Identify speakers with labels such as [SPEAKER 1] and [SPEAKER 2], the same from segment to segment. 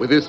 [SPEAKER 1] With his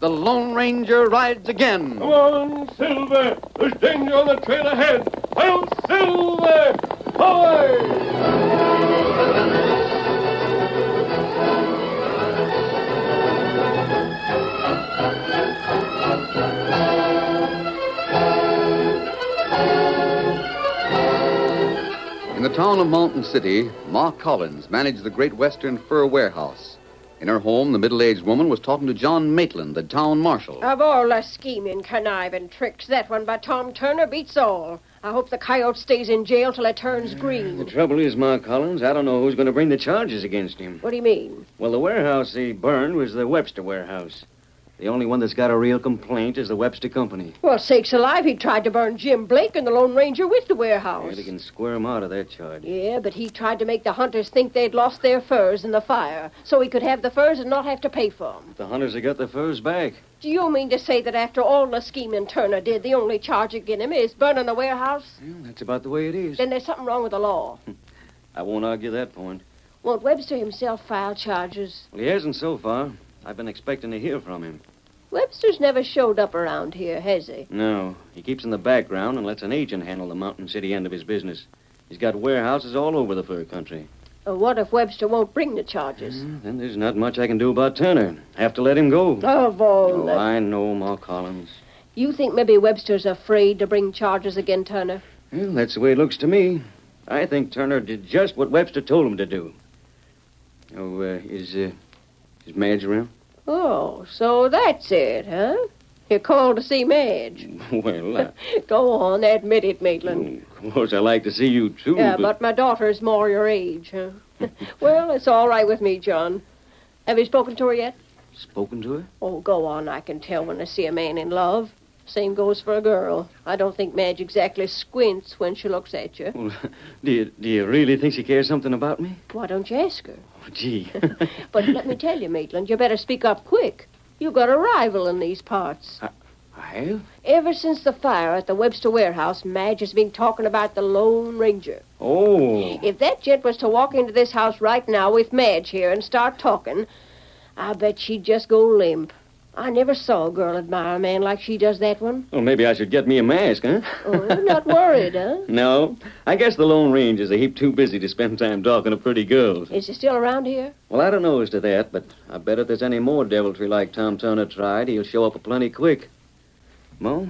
[SPEAKER 1] The Lone Ranger rides again.
[SPEAKER 2] Come on, Silver! There's danger on the trail ahead! Hail, Silver! Hoy!
[SPEAKER 1] In the town of Mountain City, Ma Collins managed the Great Western Fur Warehouse. In her home, the middle aged woman was talking to John Maitland, the town marshal.
[SPEAKER 3] Of all the scheming, conniving tricks, that one by Tom Turner beats all. I hope the coyote stays in jail till it turns
[SPEAKER 4] The
[SPEAKER 3] green.
[SPEAKER 4] trouble is, Ma Collins, I don't know who's going to bring the charges against him.
[SPEAKER 3] What do you mean?
[SPEAKER 4] Well, the warehouse he burned was the Webster warehouse. The only one that's got a real complaint is the Webster Company.
[SPEAKER 3] Well, sakes alive, he tried to burn Jim Blake and the Lone Ranger with the
[SPEAKER 4] Yeah,
[SPEAKER 3] warehouse.
[SPEAKER 4] they can square him out of that charge.
[SPEAKER 3] Yeah, but he tried to make the hunters think they'd lost their furs in the fire, so he could have the furs and not have to pay for 'em.
[SPEAKER 4] The hunters have got the furs back.
[SPEAKER 3] Do you mean to say that after all the scheming Turner did, the only charge against him is burning the warehouse?
[SPEAKER 4] Well, that's about the way it is.
[SPEAKER 3] Then there's something wrong with the law.
[SPEAKER 4] I won't argue that point.
[SPEAKER 3] Won't Webster himself file charges?
[SPEAKER 4] Well, he hasn't so far. I've been expecting to hear from him.
[SPEAKER 3] Webster's never showed up around here, has he?
[SPEAKER 4] No, he keeps in the background and lets an agent handle the Mountain City end of his business. He's got warehouses all over the fur country.
[SPEAKER 3] Uh, what if Webster won't bring the charges?
[SPEAKER 4] Then there's not much I can do about Turner. Have to let him go.
[SPEAKER 3] Of all
[SPEAKER 4] Oh,
[SPEAKER 3] the-
[SPEAKER 4] I know, Ma Collins.
[SPEAKER 3] You think maybe Webster's afraid to bring charges again, Turner?
[SPEAKER 4] Well, that's the way it looks to me. I think Turner did just what Webster told him to do. Oh, uh, is, uh, is Madge around?
[SPEAKER 3] Oh, so that's it, huh? You called to see Madge.
[SPEAKER 4] well, uh,
[SPEAKER 3] Go on, admit it, Maitland.
[SPEAKER 4] of course, I like to see you, too.
[SPEAKER 3] yeah, but my daughter's more your age, huh? well, it's all right with me, John. Have you spoken to her yet?
[SPEAKER 4] Spoken to her?
[SPEAKER 3] Oh, go on. I can tell when I see a man in love. Same goes for a girl. I don't think Madge exactly squints when she looks at you.
[SPEAKER 4] Well, do, you, do you really think she cares something about me?
[SPEAKER 3] Why don't you ask her?
[SPEAKER 4] Oh, gee.
[SPEAKER 3] But let me tell you, Maitland, you better speak up quick. You've got a rival in these parts.
[SPEAKER 4] Well?
[SPEAKER 3] Ever since the fire at the Webster warehouse, Madge has been talking about the Lone Ranger.
[SPEAKER 4] Oh.
[SPEAKER 3] If that gent was to walk into this house right now with Madge here and start talking, I bet she'd just go limp. I never saw a girl admire a man like she does that one.
[SPEAKER 4] Well, maybe I should get me a mask, huh?
[SPEAKER 3] Oh, you're not worried, huh?
[SPEAKER 4] No. I guess the Lone Ranger's a heap too busy to spend time talking to pretty girls.
[SPEAKER 3] Is she still around here?
[SPEAKER 4] Well, I don't know as to that, but I bet if there's any more deviltry like Tom Turner tried, he'll show up plenty quick. Mo,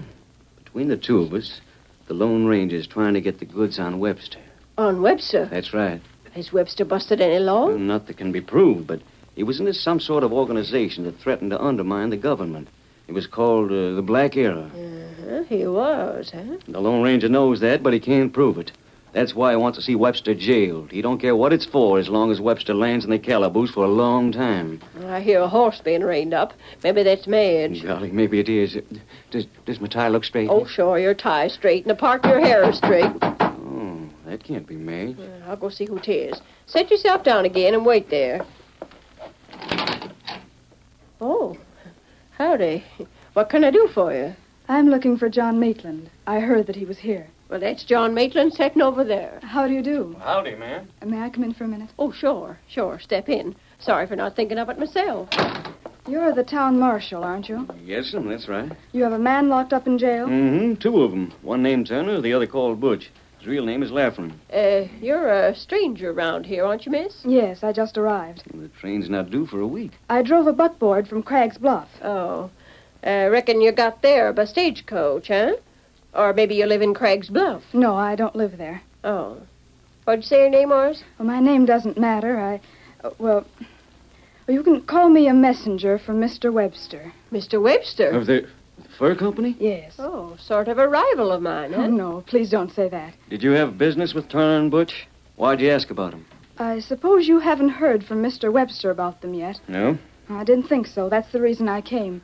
[SPEAKER 4] between the two of us, the Lone Ranger's trying to get the goods on Webster.
[SPEAKER 3] On Webster.
[SPEAKER 4] That's right.
[SPEAKER 3] Has Webster busted any law?
[SPEAKER 4] Not that can be proved, but he was into some sort of organization that threatened to undermine the government. It was called uh, the Black Era.
[SPEAKER 3] Uh-huh, he was, huh?
[SPEAKER 4] The Lone Ranger knows that, but he can't prove it. That's why he wants to see Webster jailed. He don't care what it's for as long as Webster lands in the calaboose for a long time.
[SPEAKER 3] I hear a horse being reined up. Maybe that's Madge.
[SPEAKER 4] Golly, maybe it is. Does, does my tie look straight?
[SPEAKER 3] Oh, sure, your tie's straight, and apart your hair is straight.
[SPEAKER 4] Oh, that can't be made.
[SPEAKER 3] Well, I'll go see who 'tis. Set yourself down again and wait there. Oh, howdy. What can I do for you?
[SPEAKER 5] I'm looking for John Maitland. I heard that he was here.
[SPEAKER 3] Well, that's John Maitland sitting over there.
[SPEAKER 5] How do you do?
[SPEAKER 4] Howdy, man.
[SPEAKER 5] May I come in for a minute?
[SPEAKER 3] Oh, sure, sure. Step in. Sorry for not thinking of it myself.
[SPEAKER 5] You're the town marshal, aren't you?
[SPEAKER 4] Yes, ma'am, that's right.
[SPEAKER 5] You have a man locked up in jail?
[SPEAKER 4] Mm-hmm, two of 'em. One named Turner, the other called Butch. His real name is Laffin.
[SPEAKER 3] Uh, you're a stranger around here, aren't you, miss?
[SPEAKER 5] Yes, I just arrived.
[SPEAKER 4] The train's not due for a week.
[SPEAKER 5] I drove a buckboard from Cragg's Bluff.
[SPEAKER 3] Oh. I reckon you got there by stagecoach, huh? Or maybe you live in Craig's Bluff.
[SPEAKER 5] No, I don't live there.
[SPEAKER 3] Oh. What'd you say your name was?
[SPEAKER 5] Well, my name doesn't matter. I. uh, well. well, You can call me a messenger for Mr. Webster.
[SPEAKER 3] Mr. Webster.
[SPEAKER 4] Of the fur company?
[SPEAKER 5] Yes.
[SPEAKER 3] Oh, sort of a rival of mine, huh?
[SPEAKER 5] Oh, no, please don't say that.
[SPEAKER 4] Did you have business with Turner and Butch? Why'd you ask about 'em?
[SPEAKER 5] I suppose you haven't heard from Mr. Webster about them yet.
[SPEAKER 4] No.
[SPEAKER 5] I didn't think so. That's the reason I came.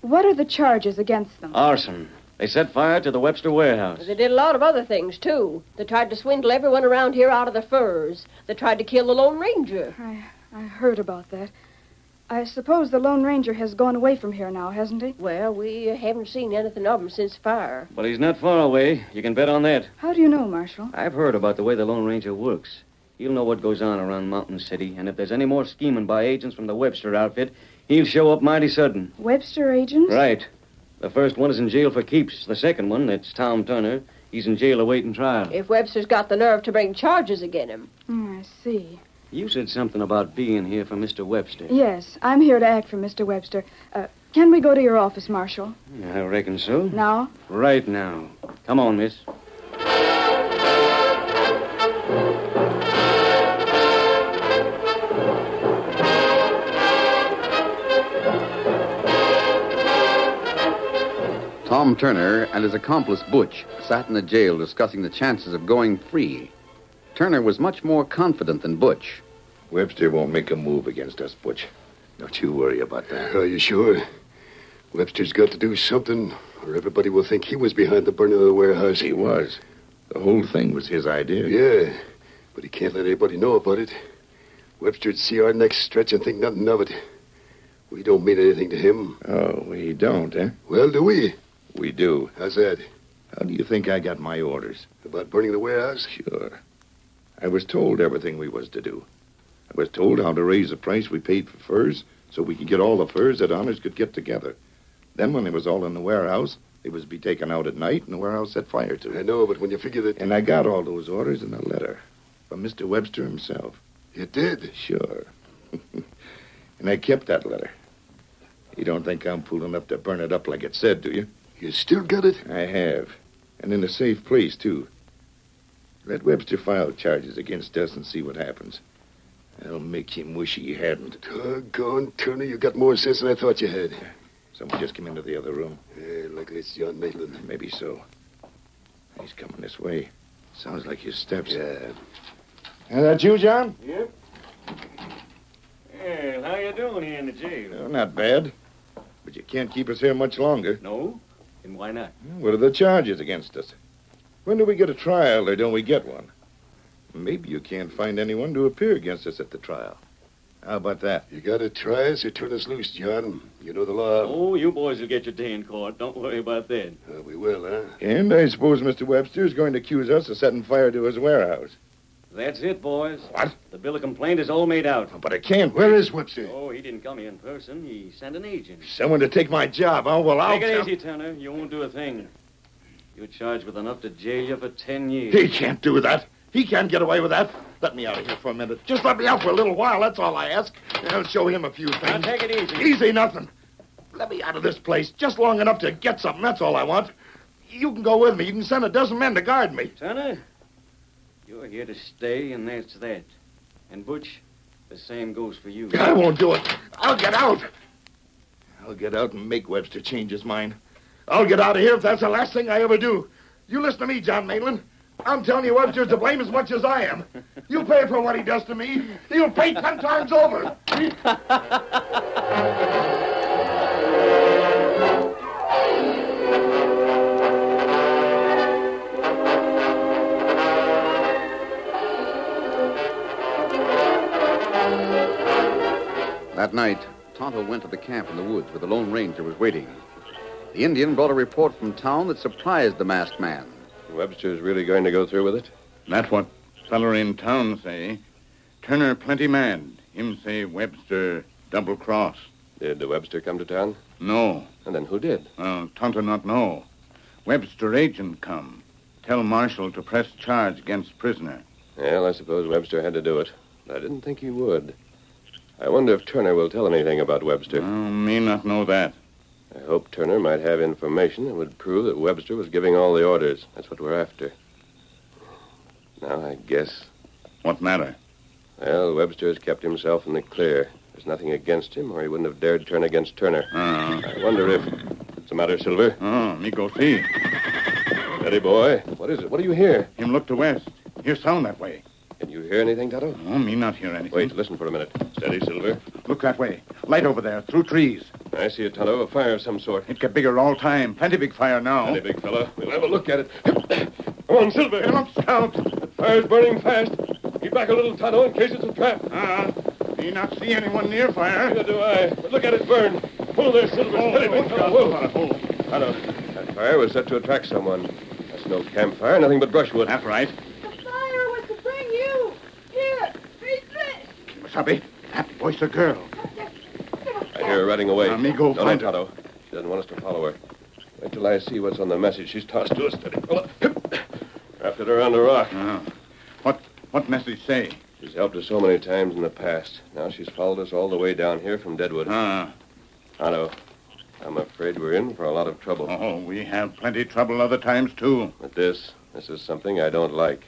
[SPEAKER 5] What are the charges against them?
[SPEAKER 4] Arson. They set fire to the Webster warehouse.
[SPEAKER 3] They did a lot of other things, too. They tried to swindle everyone around here out of the furs. They tried to kill the Lone Ranger.
[SPEAKER 5] I, I heard about that. I suppose the Lone Ranger has gone away from here now, hasn't he?
[SPEAKER 3] Well, we haven't seen anything of 'em since the fire.
[SPEAKER 4] But he's not far away. You can bet on that.
[SPEAKER 5] How do you know, Marshal?
[SPEAKER 4] I've heard about the way the Lone Ranger works. He'll know what goes on around Mountain City, and if there's any more scheming by agents from the Webster outfit, he'll show up mighty sudden.
[SPEAKER 5] Webster agents?
[SPEAKER 4] Right. The first one is in jail for keeps. The second one, that's Tom Turner, he's in jail awaiting trial.
[SPEAKER 3] If Webster's got the nerve to bring charges against him.
[SPEAKER 5] Hmm, I see.
[SPEAKER 4] You said something about being here for Mr. Webster.
[SPEAKER 5] Yes, I'm here to act for Mr. Webster. Uh, can we go to your office, Marshal?
[SPEAKER 4] I reckon so.
[SPEAKER 5] Now?
[SPEAKER 4] Right now. Come on, miss.
[SPEAKER 1] Tom Turner and his accomplice Butch sat in the jail discussing the chances of going free. Turner was much more confident than Butch.
[SPEAKER 6] Webster won't make a move against us, Butch. Don't you worry about that.
[SPEAKER 7] Are you sure? Webster's got to do something, or everybody will think he was behind the burning of the warehouse.
[SPEAKER 6] He was. The whole thing was his idea.
[SPEAKER 7] Yeah, but he can't let anybody know about it. Webster'd see our next stretch and think nothing of it. We don't mean anything to him.
[SPEAKER 6] Oh, we don't, eh?
[SPEAKER 7] Well, do we?
[SPEAKER 6] We do.
[SPEAKER 7] How's that?
[SPEAKER 6] How do you think I got my orders?
[SPEAKER 7] About burning the warehouse?
[SPEAKER 6] Sure. I was told everything we was to do. I was told how to raise the price we paid for furs so we could get all the furs that owners could get together. Then when they was all in the warehouse, they was to be taken out at night and the warehouse set fire to.
[SPEAKER 7] I know, but when you figure that
[SPEAKER 6] And I got all those orders in a letter from Mr. Webster himself.
[SPEAKER 7] you did,
[SPEAKER 6] Sure. and I kept that letter. You don't think I'm fool enough to burn it up like it said, do you?
[SPEAKER 7] you still got it?
[SPEAKER 6] I have. And in a safe place, too. Let Webster file charges against us and see what happens. I'll make him wish he hadn't.
[SPEAKER 7] Doggone, Turner, you got more sense than I thought you had.
[SPEAKER 6] Someone just came into the other room.
[SPEAKER 7] Yeah, luckily it's John Maitland.
[SPEAKER 6] Maybe so. He's coming this way. Sounds like his steps.
[SPEAKER 7] Yeah.
[SPEAKER 6] Is that you, John?
[SPEAKER 4] Yep. Well, how you doing here in the jail?
[SPEAKER 6] Well, not bad. But you can't keep us here much longer.
[SPEAKER 4] No? Then why not?
[SPEAKER 6] What are the charges against us? When do we get a trial, or don't we get one? Maybe you can't find anyone to appear against us at the trial. How about that?
[SPEAKER 7] You gotta try us or turn us loose, John. You know the law.
[SPEAKER 4] Oh, you boys will get your day in court. Don't worry about that.
[SPEAKER 7] Uh, we will, huh?
[SPEAKER 6] And I suppose Mr. Webster is going to accuse us of setting fire to his warehouse.
[SPEAKER 4] That's it, boys.
[SPEAKER 6] What?
[SPEAKER 4] The bill of complaint is all made out.
[SPEAKER 6] But I can't.
[SPEAKER 7] Where is Webster?
[SPEAKER 4] Oh, he didn't come here in person. He sent an agent.
[SPEAKER 6] Someone to take my job. Oh, well, I'll.
[SPEAKER 4] Take it
[SPEAKER 6] tell-
[SPEAKER 4] easy, Turner. You won't do a thing. You're charged with enough to jail you for ten years.
[SPEAKER 6] He can't do that. He can't get away with that. Let me out of here for a minute. Just let me out for a little while. That's all I ask. And I'll show him a few
[SPEAKER 4] Now,
[SPEAKER 6] things.
[SPEAKER 4] take it easy.
[SPEAKER 6] Easy nothing. Let me out of this place just long enough to get something. That's all I want. You can go with me. You can send a dozen men to guard me.
[SPEAKER 4] Turner, you're here to stay, and that's that. And Butch, the same goes for you.
[SPEAKER 6] I won't do it. I'll get out. I'll get out and make Webster change his mind. I'll get out of here if that's the last thing I ever do. You listen to me, John Maitland. I'm telling you, Webster's to blame as much as I am. You pay for what he does to me. You'll pay ten times over.
[SPEAKER 1] That night, Tonto went to the camp in the woods where the Lone Ranger was waiting. The Indian brought a report from town that surprised the masked man.
[SPEAKER 8] Webster's really going to go through with it?
[SPEAKER 9] That's what feller in town say. Turner plenty mad. Him say Webster double cross.
[SPEAKER 8] Did Webster come to town?
[SPEAKER 9] No.
[SPEAKER 8] And then who did?
[SPEAKER 9] Uh, Tonto not know. Webster agent come. Tell marshal to press charge against prisoner.
[SPEAKER 8] Well, I suppose Webster had to do it. But I didn't think he would. I wonder if Turner will tell anything about
[SPEAKER 9] Oh,
[SPEAKER 8] Webster.
[SPEAKER 9] me not know that.
[SPEAKER 8] I hope Turner might have information that would prove that Webster was giving all the orders. That's what we're after. Now, I guess.
[SPEAKER 9] What matter?
[SPEAKER 8] Well, Webster has kept himself in the clear. There's nothing against him, or he wouldn't have dared turn against Turner.
[SPEAKER 9] Uh,
[SPEAKER 8] I wonder if. What's the matter, Silver?
[SPEAKER 9] oh, me go see.
[SPEAKER 8] Steady, boy. What is it? What do you hear?
[SPEAKER 9] Him look to west. Hear sound that way.
[SPEAKER 8] Can you hear anything, Tonto?
[SPEAKER 9] Oh, me not hear anything.
[SPEAKER 8] Wait, listen for a minute. Steady, Silver.
[SPEAKER 9] Look that way. Light over there, through trees.
[SPEAKER 8] I see a Tonto, a fire of some sort.
[SPEAKER 9] It get bigger all time. Plenty big fire now.
[SPEAKER 8] Steady, big fella. We'll have a look at it. Come on, Silver.
[SPEAKER 9] Get up, scout.
[SPEAKER 8] Fire's burning fast. Keep back a little, Tonto, in case it's a trap.
[SPEAKER 9] Ah, me not see anyone near fire.
[SPEAKER 8] Neither do I. But look at it burn. Pull there, Silver. Steady, big fella. Whoa. Tonto, that fire was set to attract someone. That's no campfire, nothing but brushwood.
[SPEAKER 9] That's right.
[SPEAKER 5] The fire was to bring you here. Beatrice!
[SPEAKER 9] Subby, that voice a girl.
[SPEAKER 8] I hear her running away.
[SPEAKER 9] Now, me go
[SPEAKER 8] no, no,
[SPEAKER 9] find her.
[SPEAKER 8] Tonto. She doesn't want us to follow her. Wait till I see what's on the message she's tossed to us. Steady, fella. Wrapped it around a rock.
[SPEAKER 9] Ah, what what message say?
[SPEAKER 8] She's helped us so many times in the past. Now she's followed us all the way down here from Deadwood.
[SPEAKER 9] Ah,
[SPEAKER 8] Tonto, I'm afraid we're in for a lot of trouble.
[SPEAKER 9] oh, we have plenty trouble other times too.
[SPEAKER 8] But this, this is something I don't like.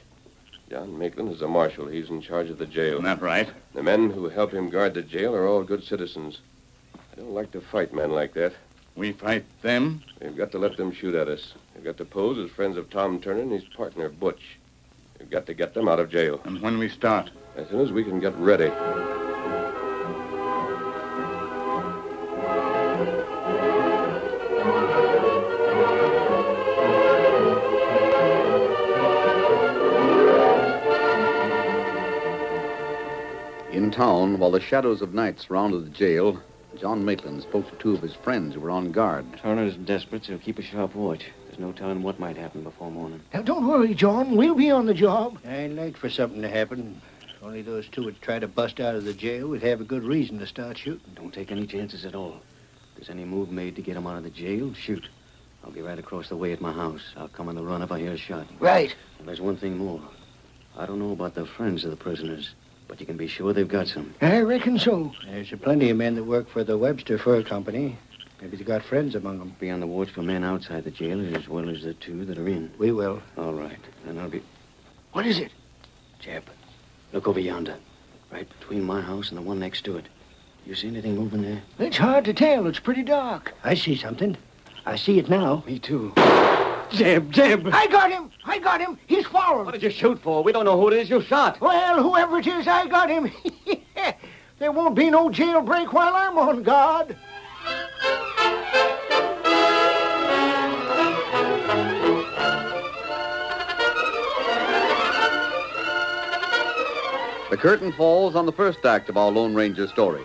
[SPEAKER 8] John Maitland is a marshal. He's in charge of the jail.
[SPEAKER 9] Isn't that right?
[SPEAKER 8] The men who help him guard the jail are all good citizens. I don't like to fight men like that.
[SPEAKER 9] We fight them.
[SPEAKER 8] We've got to let them shoot at us. We've got to pose as friends of Tom Turner and his partner, Butch. We've got to get them out of jail
[SPEAKER 9] And when we start,
[SPEAKER 8] as soon as we can get ready.
[SPEAKER 1] In town, while the shadows of night surrounded the jail, John Maitland spoke to two of his friends who were on guard.
[SPEAKER 4] Turner's desperate, so keep a sharp watch. There's no telling what might happen before morning.
[SPEAKER 10] Now, don't worry, John. We'll be on the job. I'd like for something to happen. Only those two would try to bust out of the jail would have a good reason to start shooting.
[SPEAKER 4] Don't take any chances at all. If there's any move made to get him out of the jail, shoot. I'll be right across the way at my house. I'll come on the run if I hear a shot.
[SPEAKER 10] Right.
[SPEAKER 4] And there's one thing more. I don't know about the friends of the prisoners, but you can be sure they've got some.
[SPEAKER 10] I reckon so. There's a plenty of men that work for the Webster Fur Company. Maybe they got friends among them.
[SPEAKER 4] Be on the watch for men outside the jail as well as the two that are in.
[SPEAKER 10] We will.
[SPEAKER 4] All right. Then I'll be.
[SPEAKER 10] What is it?
[SPEAKER 4] Jeb, look over yonder. Right between my house and the one next to it. You see anything moving there?
[SPEAKER 10] It's hard to tell. It's pretty dark. I see something. I see it now.
[SPEAKER 4] Me too.
[SPEAKER 10] Jeb, Jeb. I got him. I got him. He's following.
[SPEAKER 4] did you shoot for? We don't know who it is you shot.
[SPEAKER 10] Well, whoever it is, I got him. there won't be no jailbreak while I'm on guard.
[SPEAKER 1] The curtain falls on the first act of our Lone Ranger story.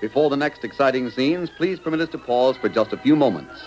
[SPEAKER 1] Before the next exciting scenes, please permit us to pause for just a few moments.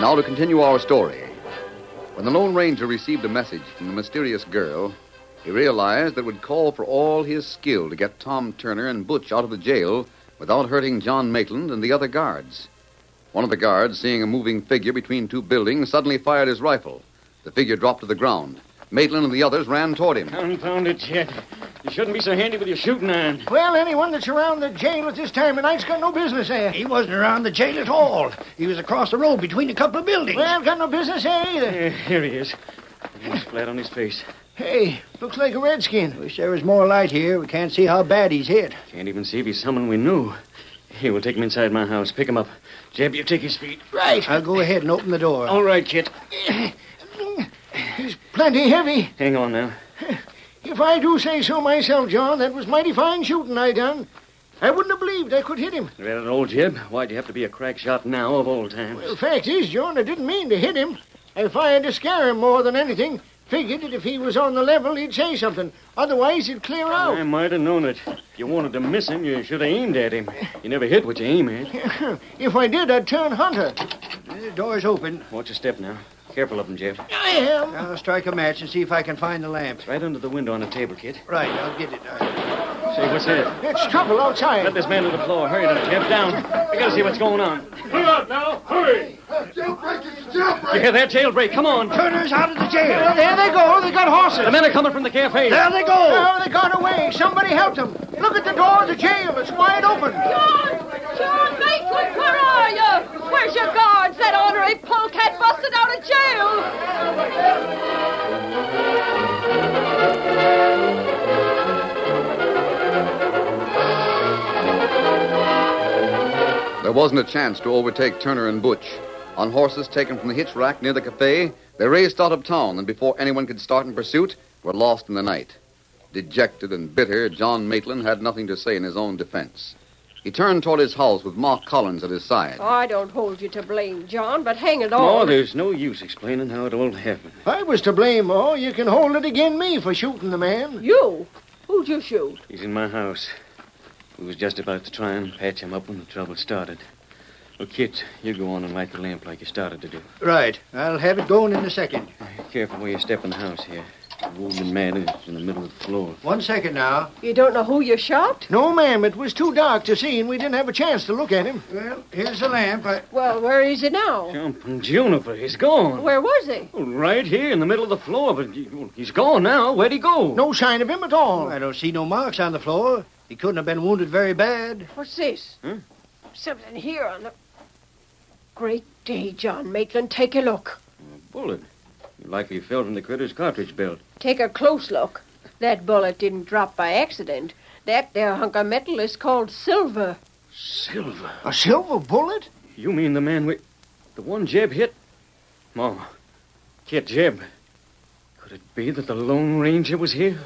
[SPEAKER 1] Now to continue our story. When the Lone Ranger received a message from the mysterious girl, he realized that it would call for all his skill to get Tom Turner and Butch out of the jail without hurting John Maitland and the other guards. One of the guards, seeing a moving figure between two buildings, suddenly fired his rifle. The figure dropped to the ground. Maitland and the others ran toward him.
[SPEAKER 4] Confound it, Chet. You shouldn't be so handy with your shooting iron.
[SPEAKER 10] Well, anyone that's around the jail at this time of night's got no business there. He wasn't around the jail at all. He was across the road between a couple of buildings. Well, got no business there either.
[SPEAKER 4] Eh, here he is. He's flat on his face.
[SPEAKER 10] Hey, looks like a redskin. Wish there was more light here. We can't see how bad he's hit.
[SPEAKER 4] Can't even see if he's someone we knew. Here, we'll take him inside my house. Pick him up. Jeb, you take his feet.
[SPEAKER 10] Right. I'll go ahead and open the door.
[SPEAKER 4] All right, Kit.
[SPEAKER 10] He's plenty heavy.
[SPEAKER 4] Hang on now.
[SPEAKER 10] If I do say so myself, John, that was mighty fine shooting I done. I wouldn't have believed I could hit him.
[SPEAKER 4] Read it, old Jeb. Why'd you have to be a crack shot now of all times?
[SPEAKER 10] The fact is, John, I didn't mean to hit him. I fired to scare him more than anything. Figured that if he was on the level, he'd say something. Otherwise, he'd clear out.
[SPEAKER 4] I might have known it. If you wanted to miss him, you should have aimed at him. You never hit what you aim at.
[SPEAKER 10] if I did, I'd turn hunter. The door's open.
[SPEAKER 4] Watch your step now. Careful of him, Jeb.
[SPEAKER 10] I am. I'll strike a match and see if I can find the lamp.
[SPEAKER 4] Right under the window on the table, Kit.
[SPEAKER 10] Right, I'll get it.
[SPEAKER 4] Say, what's that?
[SPEAKER 10] It's trouble outside.
[SPEAKER 4] Let this man to the floor. Hurry now, Jeb. Down. We gotta see what's going on.
[SPEAKER 11] Clear out now. Hurry.
[SPEAKER 4] You hear that jailbreak? Come on.
[SPEAKER 10] Turner's out of the jail. there they go. They got horses.
[SPEAKER 4] The men are coming from the cafe.
[SPEAKER 10] There they go. Oh, they got away. Somebody helped them. Look at the door of the jail. It's wide open.
[SPEAKER 12] John Maitland, where are you? Where's your guards? That ornery polecat busted out of jail.
[SPEAKER 1] There wasn't a chance to overtake Turner and Butch. On horses taken from the hitch rack near the cafe, they raced out of town, and before anyone could start in pursuit, were lost in the night. Dejected and bitter, John Maitland had nothing to say in his own defense. He turned toward his house with Mark Collins at his side.
[SPEAKER 3] Oh, I don't hold you to blame, John, but hang it all.
[SPEAKER 4] Oh, there's no use explaining how it all happened.
[SPEAKER 10] If I was to blame, oh, you can hold it again me for shooting the man.
[SPEAKER 3] You? Who'd you shoot?
[SPEAKER 4] He's in my house. We was just about to try and patch him up when the trouble started. Well, Kit, you go on and light the lamp like you started to do.
[SPEAKER 10] Right. I'll have it going in a second.
[SPEAKER 4] Careful where you step in the house here. The wounded man is in the middle of the floor.
[SPEAKER 10] One second now.
[SPEAKER 3] You don't know who you shot?
[SPEAKER 10] No, ma'am. It was too dark to see, and we didn't have a chance to look at him. Well, here's the lamp. I...
[SPEAKER 3] Well, where is he now?
[SPEAKER 4] Jumping Juniper, he's gone.
[SPEAKER 3] Where was he?
[SPEAKER 4] Oh, Right here in the middle of the floor, but he- he's gone now. Where'd he go?
[SPEAKER 10] No sign of him at all. I don't see no marks on the floor. He couldn't have been wounded very bad.
[SPEAKER 3] What's this?
[SPEAKER 4] Hmm?
[SPEAKER 3] Something here on the. Great day, John Maitland. Take a look.
[SPEAKER 4] Bullet. Likely fell from the critter's cartridge belt.
[SPEAKER 3] Take a close look. That bullet didn't drop by accident. That there hunk of metal is called silver.
[SPEAKER 4] Silver.
[SPEAKER 10] A silver bullet?
[SPEAKER 4] You mean the man we. The one Jeb hit? Mom. Kit Jeb. Could it be that the Lone Ranger was here?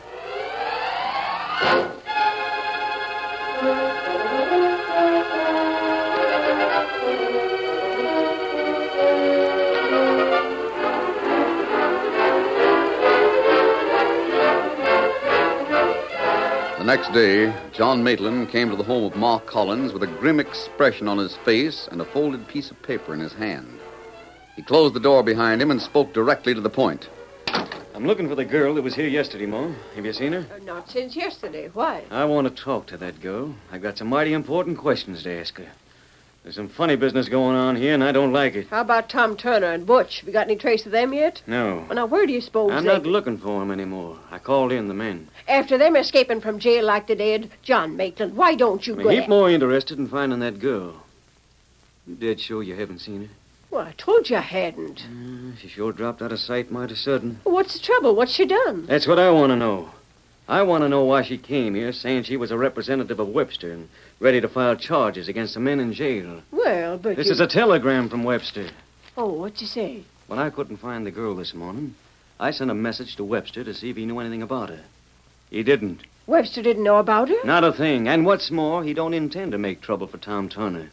[SPEAKER 1] The next day, John Maitland came to the home of Mark Collins with a grim expression on his face and a folded piece of paper in his hand. He closed the door behind him and spoke directly to the point.
[SPEAKER 4] I'm looking for the girl that was here yesterday, Mom. Have you seen her?
[SPEAKER 3] Uh, Not since yesterday. Why?
[SPEAKER 4] I want to talk to that girl. I've got some mighty important questions to ask her. There's some funny business going on here, and I don't like it.
[SPEAKER 3] How about Tom Turner and Butch? Have you got any trace of them yet?
[SPEAKER 4] No.
[SPEAKER 3] Well, now, where do you suppose
[SPEAKER 4] I'm
[SPEAKER 3] they...
[SPEAKER 4] not looking for him anymore. I called in the men.
[SPEAKER 3] After them escaping from jail like they did, John Maitland, why don't you
[SPEAKER 4] I'm
[SPEAKER 3] go...
[SPEAKER 4] a heap more interested in finding that girl. You dead sure you haven't seen
[SPEAKER 3] Well, I told you I hadn't.
[SPEAKER 4] her? She sure dropped out of sight mighty sudden.
[SPEAKER 3] What's the trouble? What's she done?
[SPEAKER 4] That's what I want to know. I want to know why she came here saying she was a representative of Webster and ready to file charges against the men in jail.
[SPEAKER 3] Well, but
[SPEAKER 4] This
[SPEAKER 3] you-
[SPEAKER 4] is a telegram from Webster.
[SPEAKER 3] Oh, what'd you say?
[SPEAKER 4] When I couldn't find the girl this morning, I sent a message to Webster to see if he knew anything about her. He didn't.
[SPEAKER 3] Webster didn't know about her?
[SPEAKER 4] Not a thing. And what's more, he don't intend to make trouble for Tom Turner.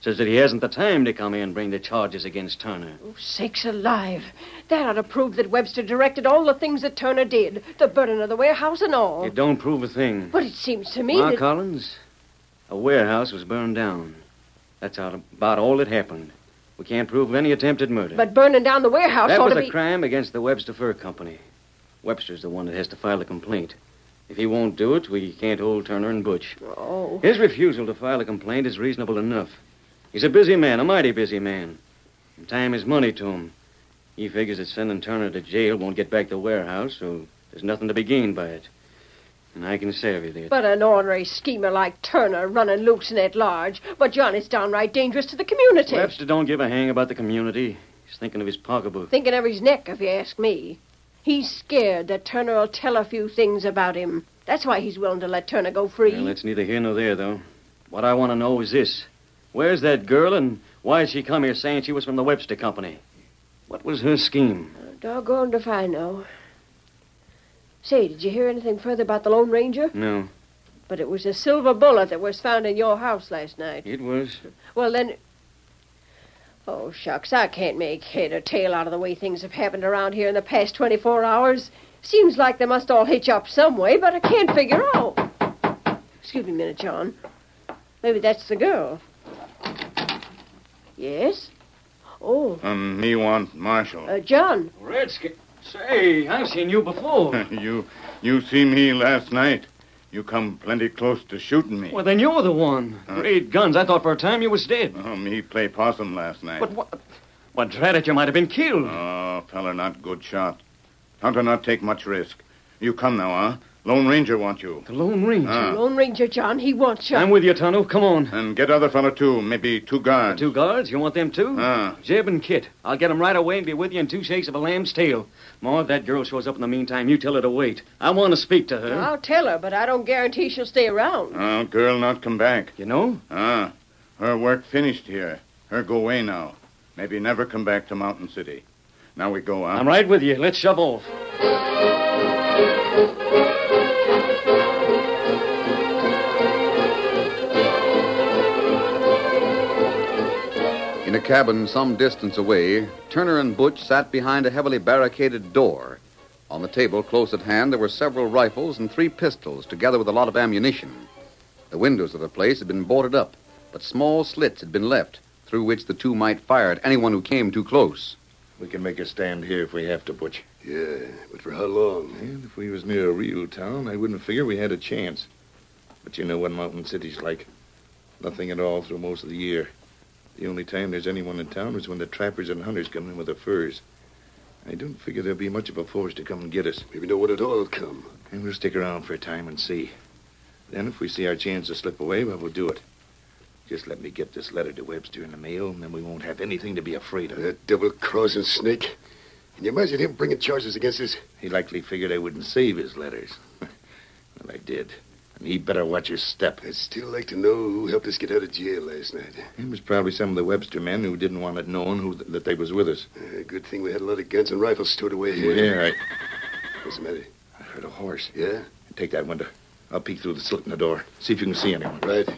[SPEAKER 4] Says that he hasn't the time to come here and bring the charges against Turner.
[SPEAKER 3] Oh, sakes alive. That ought to prove that Webster directed all the things that Turner did. The burning of the warehouse and all.
[SPEAKER 4] It don't prove a thing.
[SPEAKER 3] But it seems to me
[SPEAKER 4] Mark
[SPEAKER 3] that...
[SPEAKER 4] Collins, a warehouse was burned down. That's out- about all that happened. We can't prove any attempted murder.
[SPEAKER 3] But burning down the warehouse
[SPEAKER 4] that
[SPEAKER 3] ought
[SPEAKER 4] was
[SPEAKER 3] to
[SPEAKER 4] a
[SPEAKER 3] be.
[SPEAKER 4] crime against the Webster Fur Company. Webster's the one that has to file a complaint. If he won't do it, we can't hold Turner and Butch.
[SPEAKER 3] Oh.
[SPEAKER 4] His refusal to file a complaint is reasonable enough. He's a busy man, a mighty busy man. And time is money to him. He figures that sending Turner to jail won't get back the warehouse, so there's nothing to be gained by it. And I can save you there.
[SPEAKER 3] But an ordinary schemer like Turner running loose and at large. But John, it's downright dangerous to the community.
[SPEAKER 4] Webster don't give a hang about the community. He's thinking of his pocketbook.
[SPEAKER 3] Thinking of his neck, if you ask me. He's scared that Turner will tell a few things about him. That's why he's willing to let Turner go free.
[SPEAKER 4] Well, that's neither here nor there, though. What I want to know is this Where's that girl, and why did she come here saying she was from the Webster Company? What was her scheme?
[SPEAKER 3] Doggone if I know. Say, did you hear anything further about the Lone Ranger?
[SPEAKER 4] No,
[SPEAKER 3] But it was a silver bullet that was found in your house last night.
[SPEAKER 4] it was.
[SPEAKER 3] Well, then. Oh, shucks, I can't make head or tail out of the way things have happened around here in the past 24 hours. Seems like they must all hitch up some way, but I can't figure out. Excuse me a minute, John. Maybe that's the girl. Yes? Oh,
[SPEAKER 9] Um, me want Marshall.
[SPEAKER 3] uh, John.
[SPEAKER 13] Redskin. Say, I've seen you before.
[SPEAKER 9] you, you see me last night. You come plenty close to shooting me.
[SPEAKER 13] Well, then you're the one. Great guns. I thought for a time you was dead.
[SPEAKER 9] Oh, me play possum last night.
[SPEAKER 13] But what? What, drat it, you might have been killed.
[SPEAKER 9] Oh, feller, not good shot. Tonto not take much risk. You come now, huh? Lone Ranger want you.
[SPEAKER 13] The Lone Ranger?
[SPEAKER 3] Lone Ranger, John. He wants you.
[SPEAKER 13] I'm with you, Tonto. Come on.
[SPEAKER 9] And get other fella, too. Maybe two guards.
[SPEAKER 13] two guards? You want them, too?
[SPEAKER 9] Ah.
[SPEAKER 13] Jeb and Kit. I'll get 'em right away and be with you in two shakes of a lamb's tail. Ma, if that girl shows up in the meantime, you tell her to wait. I want to speak to her.
[SPEAKER 3] I'll tell her, but I don't guarantee she'll stay around.
[SPEAKER 9] Oh, girl not come back.
[SPEAKER 13] You know?
[SPEAKER 9] Ah, her work finished here. Her go away now. Maybe never come back to Mountain City. Now we go out.
[SPEAKER 13] I'm right with you. Let's shove off.
[SPEAKER 1] In a cabin some distance away, Turner and Butch sat behind a heavily barricaded door. On the table close at hand, there were several rifles and three pistols, together with a lot of ammunition. The windows of the place had been boarded up, but small slits had been left through which the two might fire at anyone who came too close.
[SPEAKER 6] We can make a stand here if we have to, Butch.
[SPEAKER 7] Yeah, but for how long?
[SPEAKER 6] Well, if we was near a real town, I wouldn't figure we had a chance. But you know what mountain city's like. Nothing at all through most of the year. The only time there's anyone in town is when the trappers and hunters come in with their furs. I don't figure there'll be much of a force to come and get us.
[SPEAKER 7] Maybe no one at all will come.
[SPEAKER 6] And we'll stick around for a time and see. Then if we see our chance to slip away, well, we'll do it. Just let me get this letter to Webster in the mail, and then we won't have anything to be afraid of.
[SPEAKER 7] That double-crossing snake. Can you imagine him bringing charges against us?
[SPEAKER 6] He likely figured I wouldn't save his letters. well, I did. And he better watch his step.
[SPEAKER 7] I'd still like to know who helped us get out of jail last night.
[SPEAKER 6] It was probably some of the Webster men who didn't want it known who, that they was with us.
[SPEAKER 7] Uh, good thing we had a lot of guns and rifles stowed away here.
[SPEAKER 6] Yeah,
[SPEAKER 7] What's the matter?
[SPEAKER 6] I heard a horse.
[SPEAKER 7] Yeah?
[SPEAKER 6] Take that window. I'll peek through the slit in the door. See if you can see anyone.
[SPEAKER 7] Right.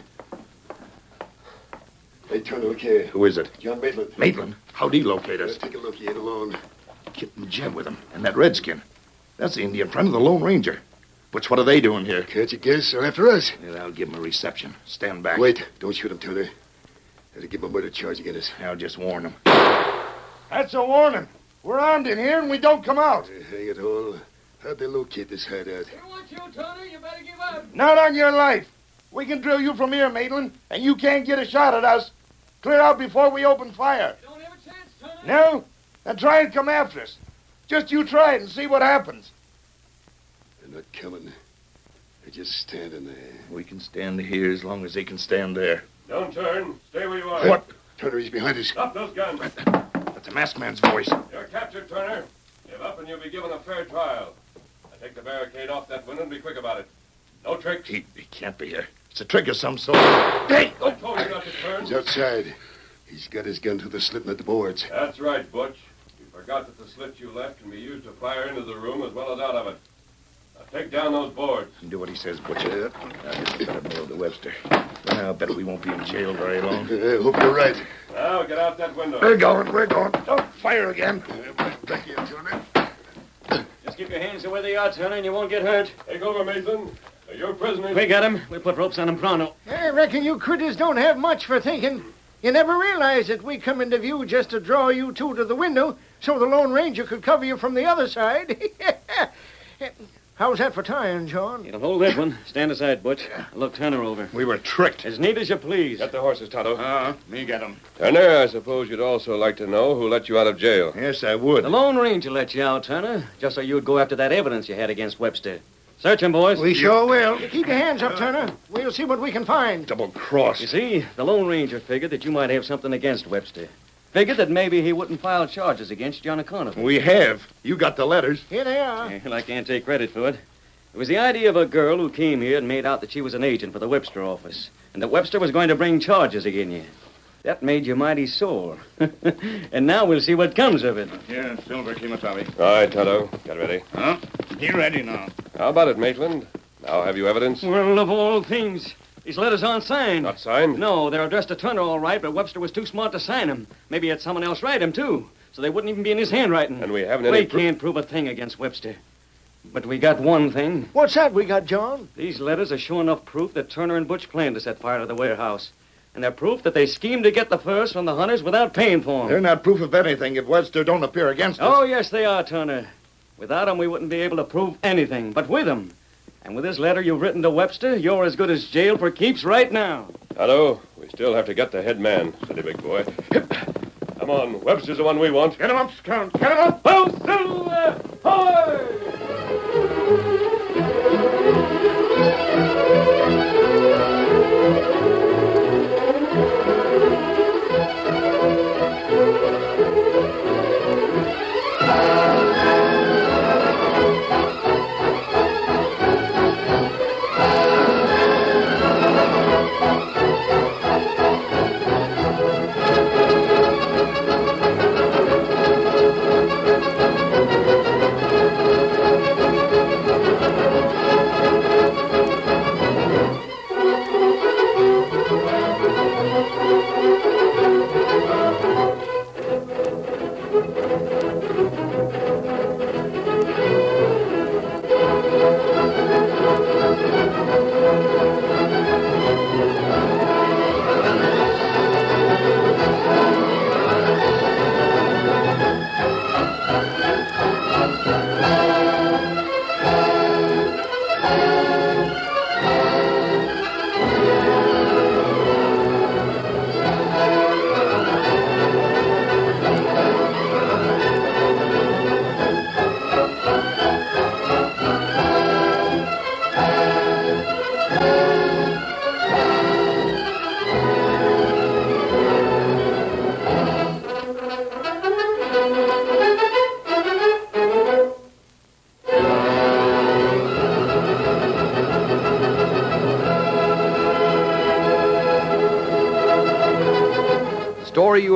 [SPEAKER 7] Hey, Turner, look here.
[SPEAKER 6] Who is it?
[SPEAKER 7] John Maitland.
[SPEAKER 6] Maitland? How'd he locate
[SPEAKER 7] Uh,
[SPEAKER 6] us?
[SPEAKER 7] take a look. He ain't alone.
[SPEAKER 6] Kit and Jeb with him. And that redskin. That's the Indian friend of the Lone Ranger. Which, what are they doing here?
[SPEAKER 7] Can't you guess? They're after us.
[SPEAKER 6] Well, I'll give him a reception. Stand back.
[SPEAKER 7] Wait. Don't shoot him, Turner. That'll give him a murder charge against us.
[SPEAKER 6] I'll just warn him.
[SPEAKER 11] That's a warning. We're armed in here and we don't come out.
[SPEAKER 7] Uh, hang it all. How'd they locate this hideout?
[SPEAKER 11] Not on your life. We can drill you from here, Maitland, and you can't get a shot at us. Clear out before we open fire. You don't have a chance, No? Then try and come after us. Just you try it and see what happens.
[SPEAKER 7] They're not coming. They're just standing there.
[SPEAKER 6] We can stand here as long as they can stand there.
[SPEAKER 2] Don't turn. Stay where you are.
[SPEAKER 6] What?
[SPEAKER 7] Turner, he's behind us.
[SPEAKER 2] Stop those guns.
[SPEAKER 6] That's a masked man's voice.
[SPEAKER 2] You're captured, Turner. Give up and you'll be given a fair trial. Now take the barricade off that window and be quick about it. No tricks.
[SPEAKER 6] He, he can't be here. It's a trick of some sort.
[SPEAKER 2] Hey! I told you not to turn.
[SPEAKER 7] He's outside. He's got his gun through the slit in the boards.
[SPEAKER 2] That's right, Butch. You forgot that the slit you left can be used to fire into the room as well as out of it. Now take down those boards.
[SPEAKER 6] Do what he says, Butcher. I'll just better mail to Webster. Well, I'll bet we won't be in jail very long.
[SPEAKER 7] Uh, hope you're right.
[SPEAKER 2] Now get out that window.
[SPEAKER 6] We're going, we're going. Don't fire again.
[SPEAKER 7] Back here, Turner.
[SPEAKER 13] Just keep your hands to where they are, Turner, and you won't get hurt.
[SPEAKER 2] Take over, Mason. You're prisoners.
[SPEAKER 13] We got him. We put ropes on him pronto.
[SPEAKER 14] I reckon you critters don't have much for thinking. You never realized that we come into view just to draw you two to the window so the Lone Ranger could cover you from the other side. How's that for tying, John?
[SPEAKER 4] It'll hold that one. Stand aside, Butch. I'll Look Turner over. We were tricked. As neat as you please. Get the horses, Toto. Ah, me get them.
[SPEAKER 8] Turner, I suppose you'd also like to know who let you out of jail.
[SPEAKER 4] Yes, I would. The Lone Ranger let you out, Turner, just so you'd go after that evidence you had against Webster. Search him, boys.
[SPEAKER 14] We sure will. Keep your hands up, Turner. We'll see what we can find.
[SPEAKER 4] Double cross. You see, the Lone Ranger figured that you might have something against Webster. Figured that maybe he wouldn't file charges against you on account of it.
[SPEAKER 6] We have. You got the letters.
[SPEAKER 14] Here they are.
[SPEAKER 4] Well, I can't take credit for it. It was the idea of a girl who came here and made out that she was an agent for the Webster office, and that Webster was going to bring charges against you. That made you mighty sore. and now we'll see what comes of it.
[SPEAKER 9] Here, Silver Kimasabi.
[SPEAKER 8] All right, Toto. Get ready.
[SPEAKER 9] Huh? Be ready now.
[SPEAKER 8] How about it, Maitland? Now have you evidence?
[SPEAKER 4] Well, of all things. These letters aren't signed.
[SPEAKER 8] Not signed?
[SPEAKER 4] No, they're addressed to Turner, all right, but Webster was too smart to sign 'em. Maybe he had someone else write 'em too. So they wouldn't even be in his handwriting.
[SPEAKER 8] And we haven't
[SPEAKER 4] we
[SPEAKER 8] any. proof.
[SPEAKER 4] can't prove a thing against Webster. But we got one thing.
[SPEAKER 14] What's that we got, John?
[SPEAKER 4] These letters are sure enough proof that Turner and Butch planned to set fire to the warehouse. And they're proof that they schemed to get the furs from the hunters without paying for 'em.
[SPEAKER 6] They're not proof of anything if Webster don't appear against us.
[SPEAKER 4] Oh, yes, they are, Turner. Without 'em, we wouldn't be able to prove anything. But with 'em, and with this letter you've written to Webster, you're as good as jail for keeps right now.
[SPEAKER 8] Toto, we still have to get the head man, steady big boy. Come on, Webster's the one we want. Get him up, Scout. Get him up. Ho, Silver!
[SPEAKER 1] The story you